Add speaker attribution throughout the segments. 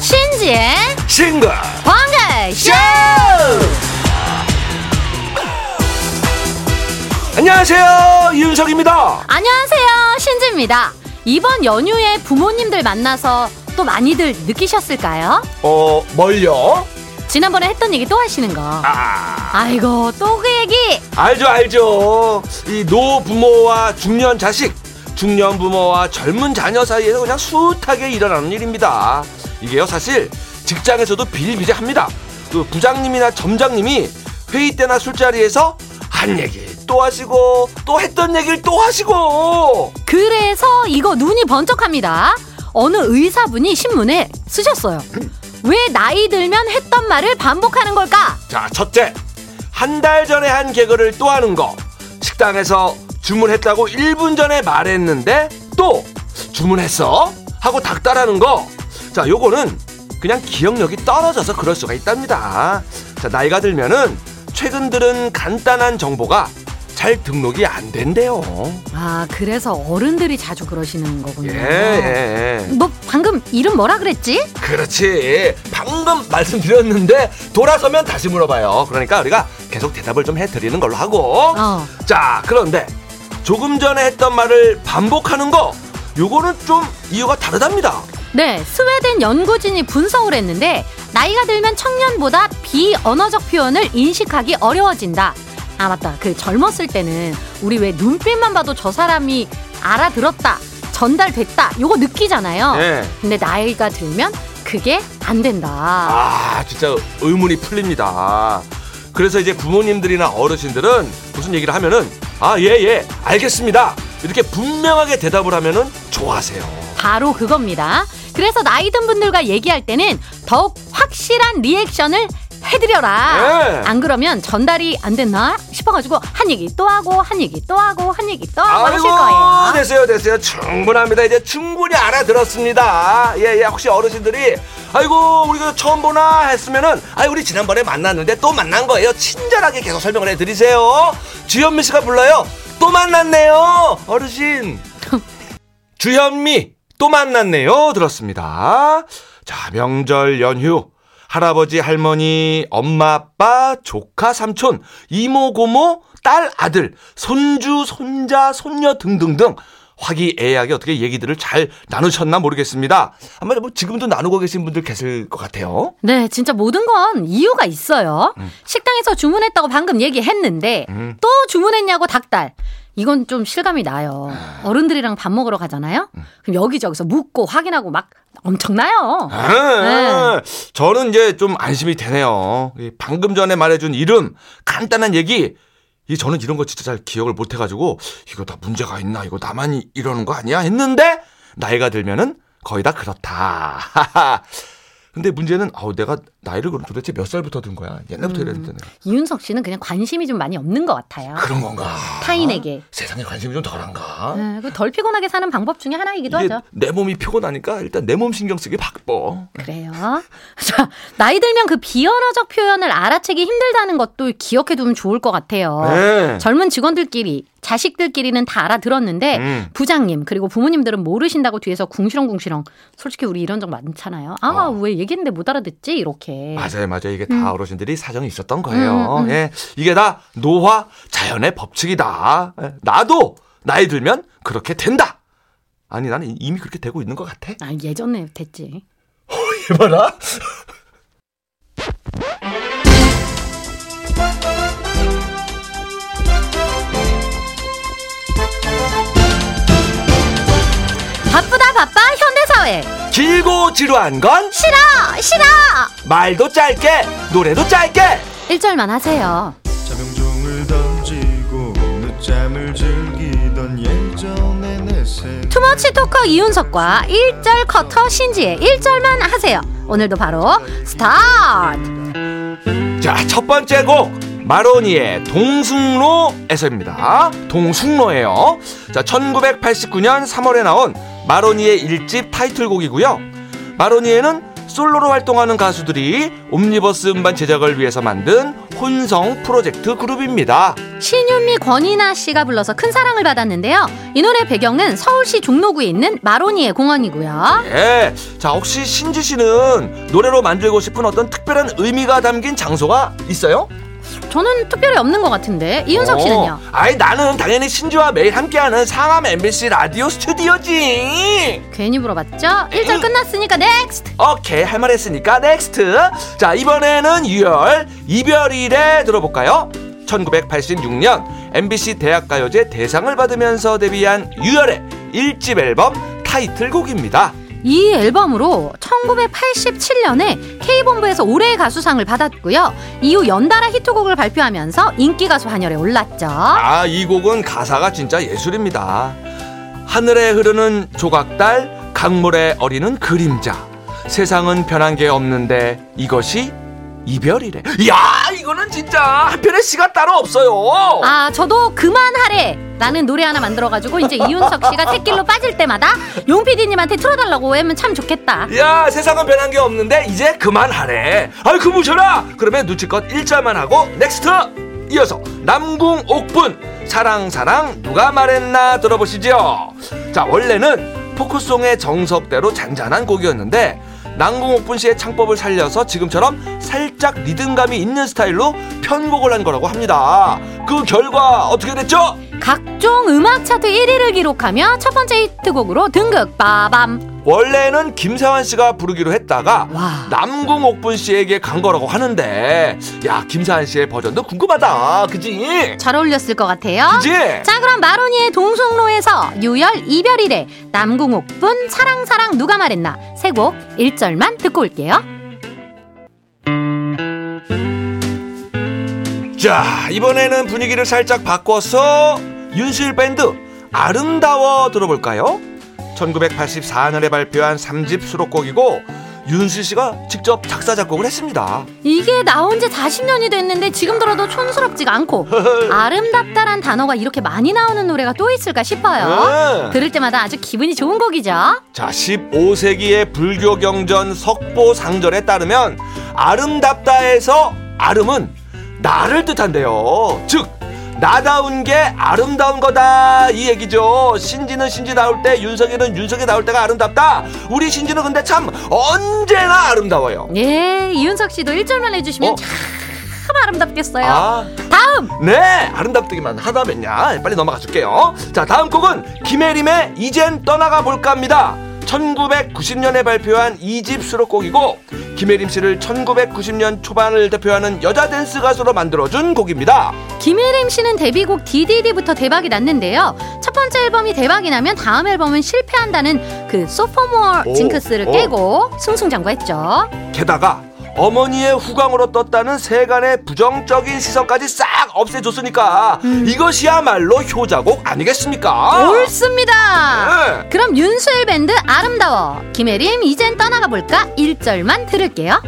Speaker 1: 이은지의
Speaker 2: 싱글
Speaker 1: 광대쇼
Speaker 2: 안녕하세요 이윤석입니다
Speaker 1: 안녕하세요 신지입니다 이번 연휴에 부모님들 만나서 또 많이들 느끼셨을까요?
Speaker 2: 어 뭘요?
Speaker 1: 지난번에 했던 얘기 또 하시는 거
Speaker 2: 아
Speaker 1: 아이고 또 그 얘기
Speaker 2: 알죠 알죠 이 노부모와 중년 자식 중년 부모와 젊은 자녀 사이에서 그냥 숱하게 일어나는 일입니다 이게요 사실 직장에서도 비일비재합니다 그 부장님이나 점장님이 회의 때나 술자리에서 한 얘기 또 하시고 또 했던 얘기를 또 하시고
Speaker 1: 그래서 이거 눈이 번쩍합니다 어느 의사분이 신문에 쓰셨어요 왜 나이 들면 했던 말을 반복하는 걸까?
Speaker 2: 자, 첫째. 한 달 전에 한 개그를 또 하는 거. 식당에서 주문했다고 1분 전에 말했는데 또 주문했어? 하고 닥달하는 거. 자, 요거는 그냥 기억력이 떨어져서 그럴 수가 있답니다. 자, 나이가 들면은 최근 들은 간단한 정보가 잘 등록이 안 된대요.
Speaker 1: 아 그래서 어른들이 자주 그러시는 거군요
Speaker 2: 예, 예, 예.
Speaker 1: 너 방금 이름 뭐라 그랬지?
Speaker 2: 그렇지. 방금 말씀드렸는데 돌아서면 다시 물어봐요. 그러니까 우리가 계속 대답을 좀 해드리는 걸로 하고.
Speaker 1: 어.
Speaker 2: 자, 그런데 조금 전에 했던 말을 반복하는 거, 요거는 좀 이유가 다르답니다.
Speaker 1: 네, 스웨덴 연구진이 분석을 했는데 나이가 들면 청년보다 비언어적 표현을 인식하기 어려워진다. 아 맞다. 그 젊었을 때는 우리 왜 눈빛만 봐도 저 사람이 알아들었다, 전달됐다, 요거 느끼잖아요.
Speaker 2: 네.
Speaker 1: 근데 나이가 들면 그게 안 된다.
Speaker 2: 아, 진짜 의문이 풀립니다. 그래서 이제 부모님들이나 어르신들은 무슨 얘기를 하면은, 아, 예, 예, 알겠습니다. 이렇게 분명하게 대답을 하면은 좋아하세요.
Speaker 1: 바로 그겁니다. 그래서 나이 든 분들과 얘기할 때는 더욱 확실한 리액션을 해드려라.
Speaker 2: 네.
Speaker 1: 안 그러면 전달이 안 됐나 싶어가지고 한 얘기 또 하고 한 얘기 또 하고 한 얘기 또 하고 하실 거예요.
Speaker 2: 됐어요, 됐어요. 충분합니다. 이제 충분히 알아들었습니다. 예, 예, 혹시 어르신들이, 아이고, 우리가 그 처음 보나 했으면은, 아이, 우리 지난번에 만났는데 또 만난 거예요. 친절하게 계속 설명을 해드리세요. 주현미 씨가 불러요. 또 만났네요. 어르신. 주현미, 또 만났네요. 들었습니다. 자, 명절 연휴. 할아버지, 할머니, 엄마, 아빠, 조카, 삼촌, 이모, 고모, 딸, 아들, 손주, 손자, 손녀 등등등 화기애애하게 어떻게 얘기들을 잘 나누셨나 모르겠습니다. 아마 뭐 지금도 나누고 계신 분들 계실 것 같아요.
Speaker 1: 네, 진짜 모든 건 이유가 있어요. 식당에서 주문했다고 방금 얘기했는데 또 주문했냐고 닭달. 이건 좀 실감이 나요. 어른들이랑 밥 먹으러 가잖아요. 그럼 여기저기서 묻고 확인하고 막 엄청나요.
Speaker 2: 아, 저는 이제 좀 안심이 되네요. 이 방금 전에 말해준 이름, 간단한 얘기. 이 저는 이런 거 진짜 잘 기억을 못 해가지고 이거 다 문제가 있나? 이거 나만 이- 이러는 거 아니야? 했는데 나이가 들면은 거의 다 그렇다. 근데 문제는 아우 내가 나이를 그럼 도대체 몇 살부터 든 거야? 옛날부터 이랬는데
Speaker 1: 이윤석 씨는 그냥 관심이 좀 많이 없는 것 음. 같아요.
Speaker 2: 그런 건가?
Speaker 1: 타인에게.
Speaker 2: 세상에 관심이 좀 덜한가?
Speaker 1: 네, 그덜 피곤하게 사는 방법 중에 하나이기도
Speaker 2: 어? 이게
Speaker 1: 하죠. 어.
Speaker 2: 내 몸이 피곤하니까 일단 내 몸 신경 쓰기 바빠.
Speaker 1: 그래요. 자, 나이 들면 그 비언어적 표현을 알아채기 힘들다는 것도 기억해 두면 좋을 것 같아요.
Speaker 2: 네.
Speaker 1: 젊은 직원들끼리, 자식들끼리는 다 알아들었는데
Speaker 2: 음.
Speaker 1: 부장님 그리고 부모님들은 모르신다고 뒤에서 궁시렁궁시렁. 솔직히 우리 이런 적 많잖아요. 아,
Speaker 2: 어.
Speaker 1: 왜 얘기했는데 못 알아듣지? 이렇게.
Speaker 2: 맞아요, 맞아요. 이게 다 어르신들이 사정이 있었던 거예요.
Speaker 1: 예. 음, 음.
Speaker 2: 예. 이게 다 노화 자연의 법칙이다. 예, 나도 나이 들면 그렇게 된다. 아니, 나는 이미 그렇게 되고 있는 것 같아.
Speaker 1: 아, 예전에 됐지.
Speaker 2: 해봐라.
Speaker 1: 바쁘다 바빠 현대사회.
Speaker 2: 길고 지루한 건
Speaker 1: 싫어 싫어.
Speaker 2: 말도 짧게, 노래도 짧게.
Speaker 1: 일절만 하세요.
Speaker 3: 자병종을 던지고 늦잠을 즐기던 예전의 내 생.
Speaker 1: 투머치 토커 이윤석과 1절 커터 신지의 1절만 하세요. 오늘도 바로 스타트!
Speaker 2: 자, 첫 번째 곡. 마로니의 동숭로에서입니다. 동숭로예요. 자, 1989년 3월에 나온 마로니의 일집 타이틀곡이고요. 마로니에는 솔로로 활동하는 가수들이 옴니버스 음반 제작을 위해서 만든 혼성 프로젝트 그룹입니다.
Speaker 1: 신윤미 권이나 씨가 불러서 큰 사랑을 받았는데요. 이 노래 배경은 서울시 종로구에 있는 마로니의 공원이고요.
Speaker 2: 예. 자, 혹시 신지 씨는 노래로 만들고 싶은 어떤 특별한 의미가 담긴 장소가 있어요?
Speaker 1: 저는 특별히 없는 것 같은데 이윤석 씨는요?
Speaker 2: 어, 아이, 나는 당연히 신지와 매일 함께하는 상암 MBC 라디오 스튜디오지.
Speaker 1: 괜히 물어봤죠? 1절 끝났으니까 넥스트!
Speaker 2: 오케이, 할 말 했으니까 넥스트. 자, 이번에는 2월 이별일에 들어볼까요? 1986년 MBC 대학가요제 대상을 받으면서 데뷔한 유열의 1집 앨범 타이틀곡입니다.
Speaker 1: 이 앨범으로 1987년에 K본부에서 올해의 가수상을 받았고요. 이후 연달아 히트곡을 발표하면서 인기가수 환열에 올랐죠.
Speaker 2: 아, 이 곡은 가사가 진짜 예술입니다. 하늘에 흐르는 조각달, 강물에 어리는 그림자. 세상은 변한 게 없는데 이것이 이별이래. 이야, 이거는 진짜 한편의 시가 따로 없어요.
Speaker 1: 아 저도 그만하래 라는 노래 하나 만들어가지고 이제 이윤석 씨가 새길로 빠질 때마다 용 PD님한테 틀어달라고 하면 참 좋겠다
Speaker 2: 야 세상은 변한 게 없는데 이제 그만하래 아이 그무셔라 그러면 눈치껏 일자만 하고 넥스트 이어서 남궁 옥분 사랑 사랑 누가 말했나 들어보시죠 자 원래는 포크송의 정석대로 잔잔한 곡이었는데 남궁 옥분 씨의 창법을 살려서 지금처럼 살짝 리듬감이 있는 스타일로 편곡을 한 거라고 합니다 그 결과 어떻게 됐죠?
Speaker 1: 각종 음악 차트 1위를 기록하며 첫 번째 히트곡으로 등극 빠밤
Speaker 2: 원래는 김세환 씨가 부르기로 했다가
Speaker 1: 와.
Speaker 2: 남궁 옥분 씨에게 간 거라고 하는데 야 김세환 씨의 버전도 궁금하다 그지
Speaker 1: 잘 어울렸을 것 같아요
Speaker 2: 그지
Speaker 1: 자 그럼 마로니의 동성로에서 유열 이별이래 남궁옥분 사랑사랑 누가 말했나 세 곡 1절만 듣고 올게요
Speaker 2: 자 이번에는 분위기를 살짝 바꿔서 윤수일 밴드 아름다워 들어볼까요 1984년에 발표한 삼집 수록곡이고 윤수일 씨가 직접 작사 작곡을 했습니다
Speaker 1: 이게 나온 지 40년이 됐는데 지금 들어도 촌스럽지가 않고 아름답다란 단어가 이렇게 많이 나오는 노래가 또 있을까 싶어요.
Speaker 2: 음.
Speaker 1: 들을 때마다 아주 기분이 좋은 곡이죠.
Speaker 2: 자, 15세기의 불교 경전 석보 상절에 따르면 아름답다에서 아름은 나를 뜻한대요. 즉 나다운 게 아름다운 거다 이 얘기죠. 신지는 신지 나올 때, 윤석이는 윤석이 나올 때가 아름답다. 우리 신지는 근데 참 언제나 아름다워요.
Speaker 1: 예, 이윤석 씨도 1절만 해주시면
Speaker 2: 어?
Speaker 1: 참 아름답겠어요.
Speaker 2: 아,
Speaker 1: 다음!
Speaker 2: 네, 아름답기만 하다 맨냐. 빨리 넘어가 줄게요. 자, 다음 곡은 김혜림의 이젠 떠나가 볼까입니다. 1990년에 발표한 이집 수록곡이고 김혜림 씨를 1990년 초반을 대표하는 여자 댄스 가수로 만들어준 곡입니다.
Speaker 1: 김혜림 씨는 데뷔곡 DDD부터 대박이 났는데요. 첫 번째 앨범이 대박이 나면 다음 앨범은 실패한다는 그 소포모어
Speaker 2: 오,
Speaker 1: 징크스를
Speaker 2: 오.
Speaker 1: 깨고 승승장구했죠.
Speaker 2: 게다가 어머니의 후광으로 떴다는 세간의 부정적인 시선까지 싹 없애줬으니까 이것이야말로 효자곡 아니겠습니까?
Speaker 1: 옳습니다!
Speaker 2: 네.
Speaker 1: 그럼 윤수일 밴드 아름다워 김혜림 이젠 떠나가 볼까 1절만 들을게요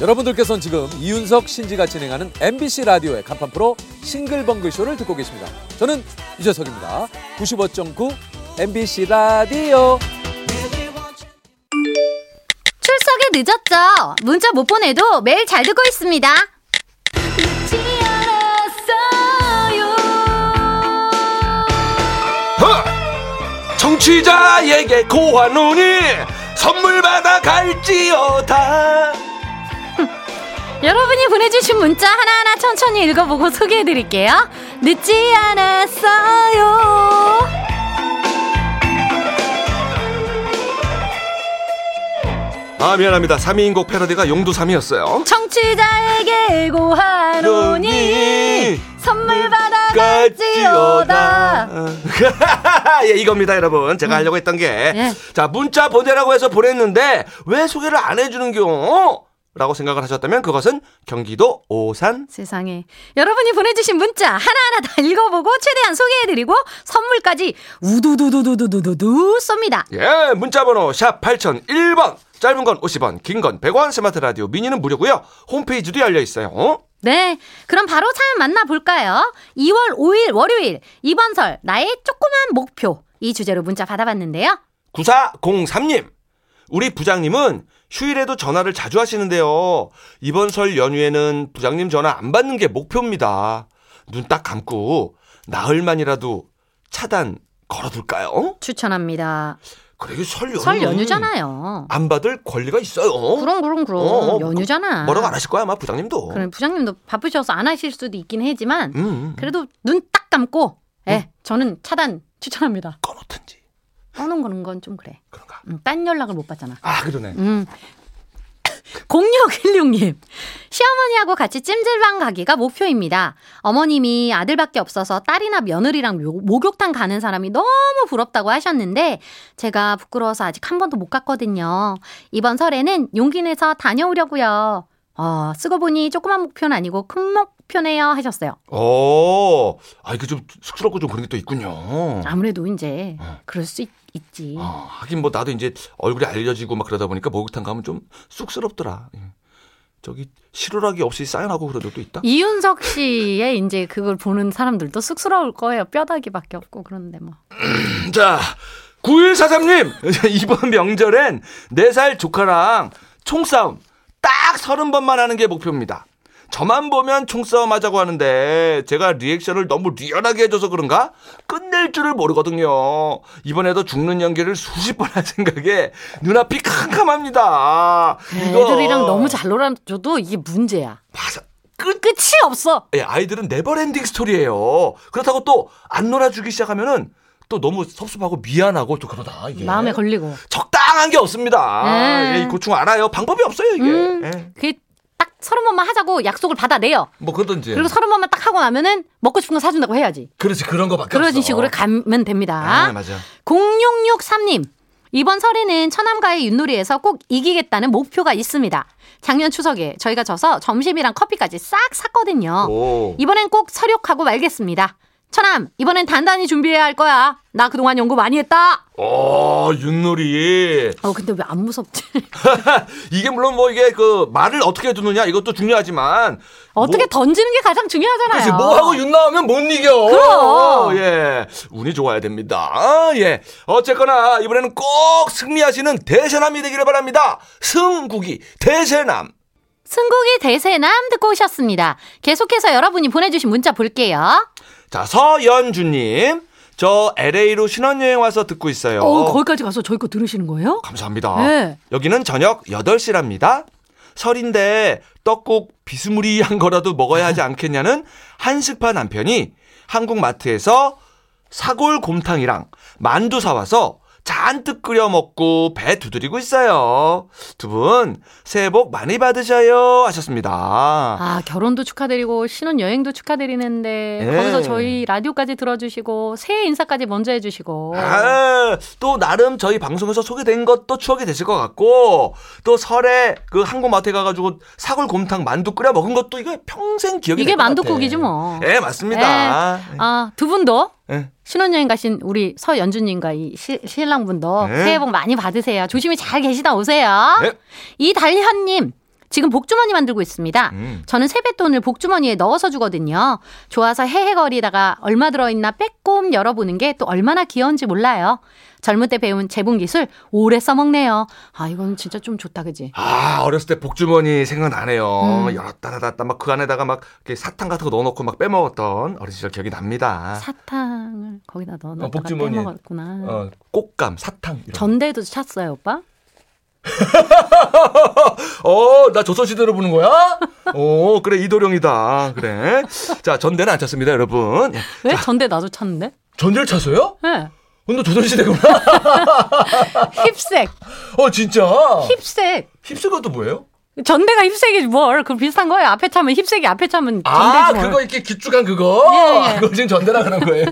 Speaker 4: 여러분들께서는 지금 이윤석 신지가 진행하는 MBC 라디오의 간판 프로 싱글벙글 쇼를 듣고 계십니다. 저는 유재석입니다. 95.9 MBC 라디오.
Speaker 1: 출석에 늦었죠 문자 못 보내도 매일 잘 듣고 있습니다 늦지 않았어요
Speaker 2: 허! 정치자에게 어! 고환훈이 선물 받아 갈지어다
Speaker 1: 여러분이 보내주신 문자 하나하나 천천히 읽어보고 소개해드릴게요 늦지 않았어요
Speaker 2: 아 미안합니다 3위인 곡 패러디가 용두삼이었어요
Speaker 1: 청취자에게 고하노니 선물 받아갈지어다 음.
Speaker 2: 예, 이겁니다 여러분 제가 하려고 했던 게
Speaker 1: 예.
Speaker 2: 자 문자 보내라고 해서 보냈는데 왜 소개를 안 해주는 경우 라고 생각을 하셨다면 그것은 경기도 오산
Speaker 1: 세상에 여러분이 보내주신 문자 하나하나 다 읽어보고 최대한 소개해드리고 선물까지 우두두두두두두두 쏩니다
Speaker 2: 예, 문자번호 샵 8001번 짧은 건 50원 긴 건 100원 스마트 라디오 미니는 무료고요 홈페이지도 열려 있어요
Speaker 1: 네 그럼 바로 사연 만나볼까요 2월 5일 월요일 이번 설 나의 조그만 목표 이 주제로 문자 받아봤는데요.
Speaker 2: 9403님. 우리 부장님은 휴일에도 전화를 자주 하시는데요. 이번 설 연휴에는 부장님 전화 안 받는 게 목표입니다. 눈 딱 감고 나흘만이라도 차단 걸어둘까요?
Speaker 1: 추천합니다.
Speaker 2: 음. 그러게 설 연휴.
Speaker 1: 설 연휴잖아요.
Speaker 2: 안 받을 권리가 있어요.
Speaker 1: 그럼 그럼 그럼
Speaker 2: 어, 어,
Speaker 1: 연휴잖아.
Speaker 2: 뭐라고 안 하실 거야 아마 부장님도.
Speaker 1: 그럼 부장님도 바쁘셔서 안 하실 수도 있긴 하지만
Speaker 2: 음,
Speaker 1: 그래도 눈 딱 감고 예 저는 차단 추천합니다.
Speaker 2: 꺼놓든지
Speaker 1: 떠는 거는 건 좀 그래.
Speaker 2: 그런가.
Speaker 1: 음, 딴 연락을 못 받잖아.
Speaker 2: 아 그러네.
Speaker 1: 음. 0616님. 시어머니하고 같이 찜질방 가기가 목표입니다. 어머님이 아들밖에 없어서 딸이나 며느리랑 묘- 목욕탕 가는 사람이 너무 부럽다고 하셨는데 제가 부끄러워서 아직 한 번도 못 갔거든요. 이번 설에는 용기 내서 다녀오려고요. 어, 쓰고 보니 조그만 목표는 아니고 큰 목표네요 하셨어요.
Speaker 2: 어, 아 이게 좀 쑥스럽고 좀 그런 게 또 있군요.
Speaker 1: 아무래도 이제 그럴 수 있, 지
Speaker 2: 어, 하긴 뭐 나도 이제 얼굴이 알려지고 막 그러다 보니까 목욕탕 가면 좀 쑥스럽더라. 예. 저기 시루라기 없이 사인하고 그런 적도 있다.
Speaker 1: 이윤석 씨의 이제 그걸 보는 사람들도 쑥스러울 거예요. 뼈다귀밖에 없고 그런데 뭐.
Speaker 2: 자, 9143님 이번 명절엔 4살 조카랑 총싸움 딱 30번만 하는 게 목표입니다. 저만 보면 총싸움 하자고 하는데 제가 리액션을 너무 리얼하게 해줘서 그런가 끝낼 줄을 모르거든요. 이번에도 죽는 연기를 수십 번 할 생각에 눈앞이 캄캄합니다. 이거-
Speaker 1: 애들이랑 너무 잘 놀아줘도 이게 문제야.
Speaker 2: 맞아.
Speaker 1: 끝이 없어.
Speaker 2: 예, 아이들은 네버랜딩 스토리예요. 그렇다고 또 안 놀아주기 시작하면은 또 너무 섭섭하고 미안하고 또 그러다 이게
Speaker 1: 마음에 걸리고.
Speaker 2: 적당한 게 없습니다.
Speaker 1: 네.
Speaker 2: 예, 이 고충 알아요. 방법이 없어요 이게.
Speaker 1: 음.
Speaker 2: 예.
Speaker 1: 그게 딱 서른 번만 하자고 약속을 받아내요.
Speaker 2: 뭐 그러든지.
Speaker 1: 그리고 서른 번만 딱 하고 나면은 먹고 싶은 거 사준다고 해야지.
Speaker 2: 그렇지 그런 거밖에 없어.
Speaker 1: 그런 식으로 가면 됩니다.
Speaker 2: 그렇죠. 아, 맞아.
Speaker 1: 0663님. 이번 설에는 처남과의 윷놀이에서 꼭 이기겠다는 목표가 있습니다. 작년 추석에 저희가 져서 점심이랑 커피까지 싹 샀거든요.
Speaker 2: 오.
Speaker 1: 이번엔 꼭 설욕하고 말겠습니다. 처남, 이번엔 단단히 준비해야 할 거야. 나 그동안 연구 많이 했다.
Speaker 2: 어, 윷놀이.
Speaker 1: 어, 근데 왜 안 무섭지?
Speaker 2: 뭐- 이게 물론 뭐 이게 그 말을 어떻게 해두느냐 이것도 중요하지만
Speaker 1: 어떻게
Speaker 2: 뭐-
Speaker 1: 던지는 게 가장 중요하잖아요.
Speaker 2: 그렇지 뭐하고 윷 나오면 못 이겨.
Speaker 1: 그럼.
Speaker 2: 예. 운이 좋아야 됩니다. 아, 예. 어쨌거나 이번에는 꼭 승리하시는 대세남이 되기를 바랍니다. 승국이 대세남.
Speaker 1: 승국이 대세남 듣고 오셨습니다. 계속해서 여러분이 보내주신 문자 볼게요.
Speaker 2: 자, 서연주님. 저 LA로 신혼여행 와서 듣고 있어요.
Speaker 1: 거기까지 가서 저희 거 들으시는 거예요?
Speaker 2: 감사합니다.
Speaker 1: 네.
Speaker 2: 여기는 저녁 8시랍니다. 설인데 떡국 비스무리한 거라도 먹어야 하지 않겠냐는 한식파 남편이 한국 마트에서 사골 곰탕이랑 만두 사와서 잔뜩 끓여 먹고 배 두드리고 있어요. 두 분 새해 복 많이 받으셔요 하셨습니다.
Speaker 1: 아, 결혼도 축하드리고, 신혼여행도 축하드리는데,
Speaker 2: 네.
Speaker 1: 거기서 저희 라디오까지 들어주시고, 새해 인사까지 먼저 해주시고.
Speaker 2: 아, 또 나름 저희 방송에서 소개된 것도 추억이 되실 것 같고 또 설에 그 한국 마트에 가가지고 사골 곰탕 만두 끓여 먹은 것도 이거 평생 기억이
Speaker 1: 이게
Speaker 2: 될것 같아.
Speaker 1: 만둣국이지 뭐.
Speaker 2: 예 맞습니다.
Speaker 1: 네. 아, 두 분도
Speaker 2: 예.
Speaker 1: 신혼여행 가신 우리 서연주님과 이 시- 신랑분도
Speaker 2: 네.
Speaker 1: 새해 복 많이 받으세요. 조심히 잘 계시다 오세요.
Speaker 2: 네.
Speaker 1: 이달현님. 지금 복주머니 만들고 있습니다.
Speaker 2: 음.
Speaker 1: 저는 세뱃돈을 복주머니에 넣어서 주거든요. 좋아서 헤헤거리다가 얼마 들어있나 빼꼼 열어보는 게 또 얼마나 귀여운지 몰라요. 젊을 때 배운 재봉 기술 오래 써먹네요. 아 이건 진짜 좀 좋다 그지?
Speaker 2: 아 어렸을 때 복주머니
Speaker 1: 음.
Speaker 2: 생각나네요. 열었다 닫았다 막 그 안에다가 막 이렇게 사탕 같은 거 넣어놓고 막 빼먹었던 어린 시절 기억이 납니다.
Speaker 1: 사탕을 거기다 넣어놨다가
Speaker 2: 아. 복주머니에.
Speaker 1: 빼먹었구나.
Speaker 2: 어, 꽃감 사탕 이런.
Speaker 1: 전대도 찼어요 오빠?
Speaker 2: 어나 조선시대로 보는 거야? 어 그래 이도령이다 그래. 자 전대는 안 찼습니다 여러분. 예.
Speaker 1: 왜 전대 나도 찼는데?
Speaker 2: 전대를 찼어요?
Speaker 1: 네.
Speaker 2: 근데 조선시대구나.
Speaker 1: 힙색,
Speaker 2: 어 진짜.
Speaker 1: 힙색.
Speaker 2: 힙스가 또 뭐예요?
Speaker 1: 전대가 힙색이 뭘? 그 비슷한 거예요. 앞에 차면 힙색이 앞에 차면
Speaker 2: 아,
Speaker 1: 전대지 뭘.
Speaker 2: 그거 이렇게 기쭉한 그거? 아,
Speaker 1: 예, 예.
Speaker 2: 그거 지금 전대라 하는 거예요?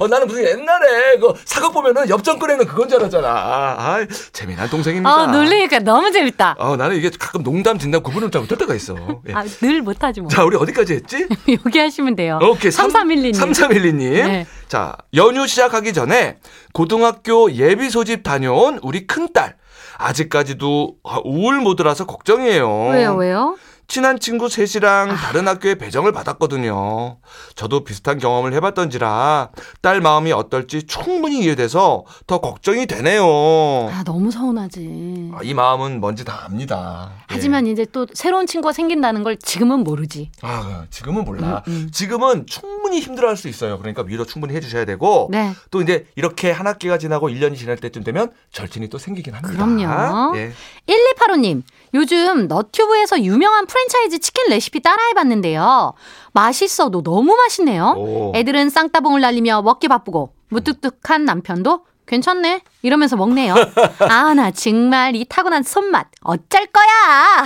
Speaker 2: 어, 나는 무슨 옛날에 그 사극 보면은 옆전 꺼내는 그건 줄 알았잖아. 아, 아이, 재미난 동생입니다.
Speaker 1: 아, 놀리니까 너무 재밌다.
Speaker 2: 어, 나는 이게 가끔 농담 진담 구분을 잘 못할 때가 있어. 예.
Speaker 1: 아, 늘 못하지 뭐.
Speaker 2: 자, 우리 어디까지 했지?
Speaker 1: 여기 하시면 돼요.
Speaker 2: 오케이.
Speaker 1: 3312님.
Speaker 2: 3312님.
Speaker 1: 네.
Speaker 2: 자, 연휴 시작하기 전에 고등학교 예비 소집 다녀온 우리 큰딸. 아직까지도 우울 모드라서 아, 걱정이에요.
Speaker 1: 왜요, 왜요?
Speaker 2: 친한 친구 셋이랑 다른 학교에 배정을 받았거든요. 저도 비슷한 경험을 해봤던지라 딸 마음이 어떨지 충분히 이해돼서 더 걱정이 되네요.
Speaker 1: 아, 너무 서운하지.
Speaker 2: 아, 이 마음은 뭔지 다 압니다. 예.
Speaker 1: 하지만 이제 또 새로운 친구가 생긴다는 걸 지금은 모르지.
Speaker 2: 아, 지금은 몰라.
Speaker 1: 음,
Speaker 2: 지금은 충분히 힘들어할 수 있어요. 그러니까 위로 충분히 해주셔야 되고
Speaker 1: 네.
Speaker 2: 또 이제 이렇게 한 학기가 지나고 1년이 지날 때쯤 되면 절친이 또 생기긴 합니다.
Speaker 1: 그럼요.
Speaker 2: 예.
Speaker 1: 1285님, 요즘 너튜브에서 유명한 프랜차이즈 치킨 레시피 따라해봤는데요. 맛있어도 너무 맛있네요.
Speaker 2: 오.
Speaker 1: 애들은 쌍따봉을 날리며 먹기 바쁘고 무뚝뚝한 남편도 괜찮네 이러면서 먹네요. 아 나 정말 이 타고난 손맛 어쩔 거야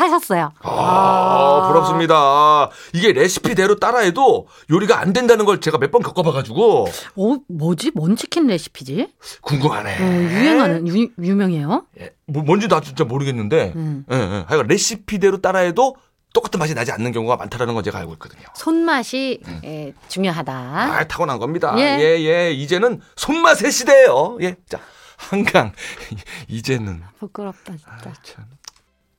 Speaker 1: 하셨어요.
Speaker 2: 아, 부럽습니다. 이게 레시피대로 따라해도 요리가 안 된다는 걸 제가 몇 번 겪어봐가지고
Speaker 1: 어 뭐지 뭔 치킨 레시피지?
Speaker 2: 궁금하네.
Speaker 1: 어, 유행하는 유, 유명해요.
Speaker 2: 예, 뭐, 뭔지 나 진짜 모르겠는데.
Speaker 1: 음.
Speaker 2: 예, 예. 하여간 레시피대로 따라해도 똑같은 맛이 나지 않는 경우가 많다라는 건 제가 알고 있거든요.
Speaker 1: 손맛이 예, 중요하다.
Speaker 2: 아, 타고난 겁니다.
Speaker 1: 예.
Speaker 2: 예, 예. 이제는 손맛의 시대예요. 예. 자, 한강. 이제는
Speaker 1: 부끄럽다 진짜.
Speaker 2: 참.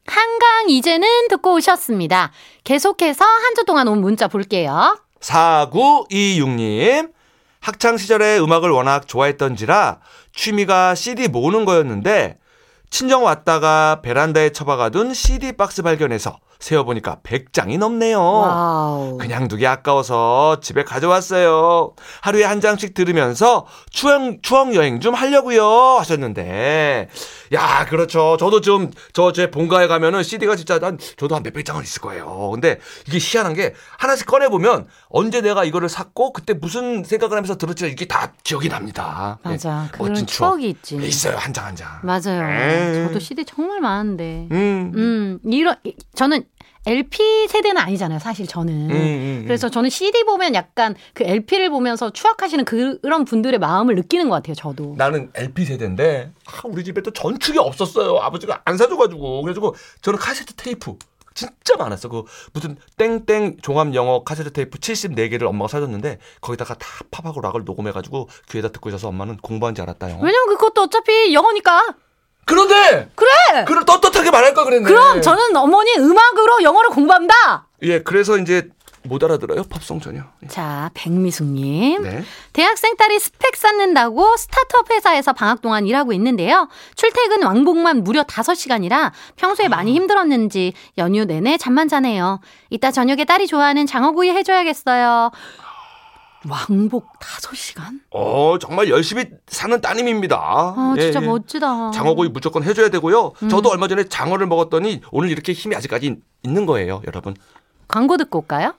Speaker 1: 한강 이제는 듣고 오셨습니다. 계속해서 한 주 동안 온 문자 볼게요.
Speaker 2: 4926님. 학창 시절에 음악을 워낙 좋아했던지라 취미가 CD 모으는 거였는데 친정 왔다가 베란다에 처박아둔 CD 박스 발견해서 세어보니까 100장이 넘네요.
Speaker 1: 와우.
Speaker 2: 어. 그냥 두기 아까워서 집에 가져왔어요. 하루에 한 장씩 들으면서 추억, 추억 여행 좀 하려고요 하셨는데 야 그렇죠. 저도 좀 저 제 본가에 가면은 CD가 진짜 난 저도 한 몇백 장은 있을 거예요. 근데 이게 희한한 게 하나씩 꺼내 보면 언제 내가 이거를 샀고 그때 무슨 생각을 하면서 들었지 이게 다 기억이 납니다.
Speaker 1: 맞아.
Speaker 2: 예,
Speaker 1: 그런
Speaker 2: 멋진 추억.
Speaker 1: 추억이 있지.
Speaker 2: 있어요 한 장 한 장.
Speaker 1: 맞아요.
Speaker 2: 에이.
Speaker 1: 저도 CD 정말 많은데.
Speaker 2: 음.
Speaker 1: 음, 이런 이- 저는 LP 세대는 아니잖아요, 사실 저는.
Speaker 2: 음, 음, 음.
Speaker 1: 그래서 저는 CD 보면 약간 그 LP를 보면서 추억하시는 그, 런 분들의 마음을 느끼는 것 같아요, 저도.
Speaker 2: 나는 LP 세대인데 아, 우리 집에 또 전축이 없었어요. 아버지가 안 사줘가지고 그래가지고 저는 카세트 테이프 진짜 많았어. 그 무슨 땡땡 종합 영어 카세트 테이프 74개를 엄마가 사줬는데 거기다가 다 팝하고 락을 녹음해가지고 귀에다 듣고 있어서 엄마는 공부한 줄 알았다요.
Speaker 1: 왜냐면 그것도 어차피 영어니까.
Speaker 2: 그런데
Speaker 1: 그래!
Speaker 2: 그럼 떳떳하게 말할 걸 그랬네.
Speaker 1: 그럼 저는 어머니 음악으로 영어를 공부한다!
Speaker 2: 예 그래서 이제 못 알아들어요 팝송 전혀. 예.
Speaker 1: 자, 백미숙님.
Speaker 2: 네.
Speaker 1: 대학생 딸이 스펙 쌓는다고 스타트업 회사에서 방학 동안 일하고 있는데요. 출퇴근 왕복만 무려 5시간이라 평소에
Speaker 2: 아.
Speaker 1: 많이 힘들었는지 연휴 내내 잠만 자네요. 이따 저녁에 딸이 좋아하는 장어구이 해줘야겠어요. 왕복 5시간?
Speaker 2: 어 정말 열심히 사는 따님입니다.
Speaker 1: 아,
Speaker 2: 예,
Speaker 1: 진짜
Speaker 2: 예.
Speaker 1: 멋지다.
Speaker 2: 장어구이 무조건 해줘야 되고요. 저도 얼마 전에 장어를 먹었더니 오늘 이렇게 힘이 아직까지 있는 거예요, 여러분.
Speaker 1: 광고 듣고 올까요?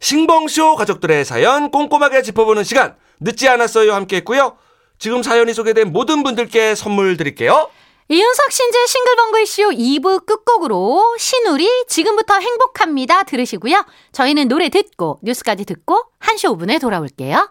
Speaker 2: 싱벙쇼 가족들의 사연 꼼꼼하게 짚어보는 시간 늦지 않았어요 함께 했고요. 지금 사연이 소개된 모든 분들께 선물 드릴게요.
Speaker 1: 이윤석 신재 싱글벙글 쇼 2부 끝곡으로 신우리 지금부터 행복합니다 들으시고요. 저희는 노래 듣고 뉴스까지 듣고 1시 5분에 돌아올게요.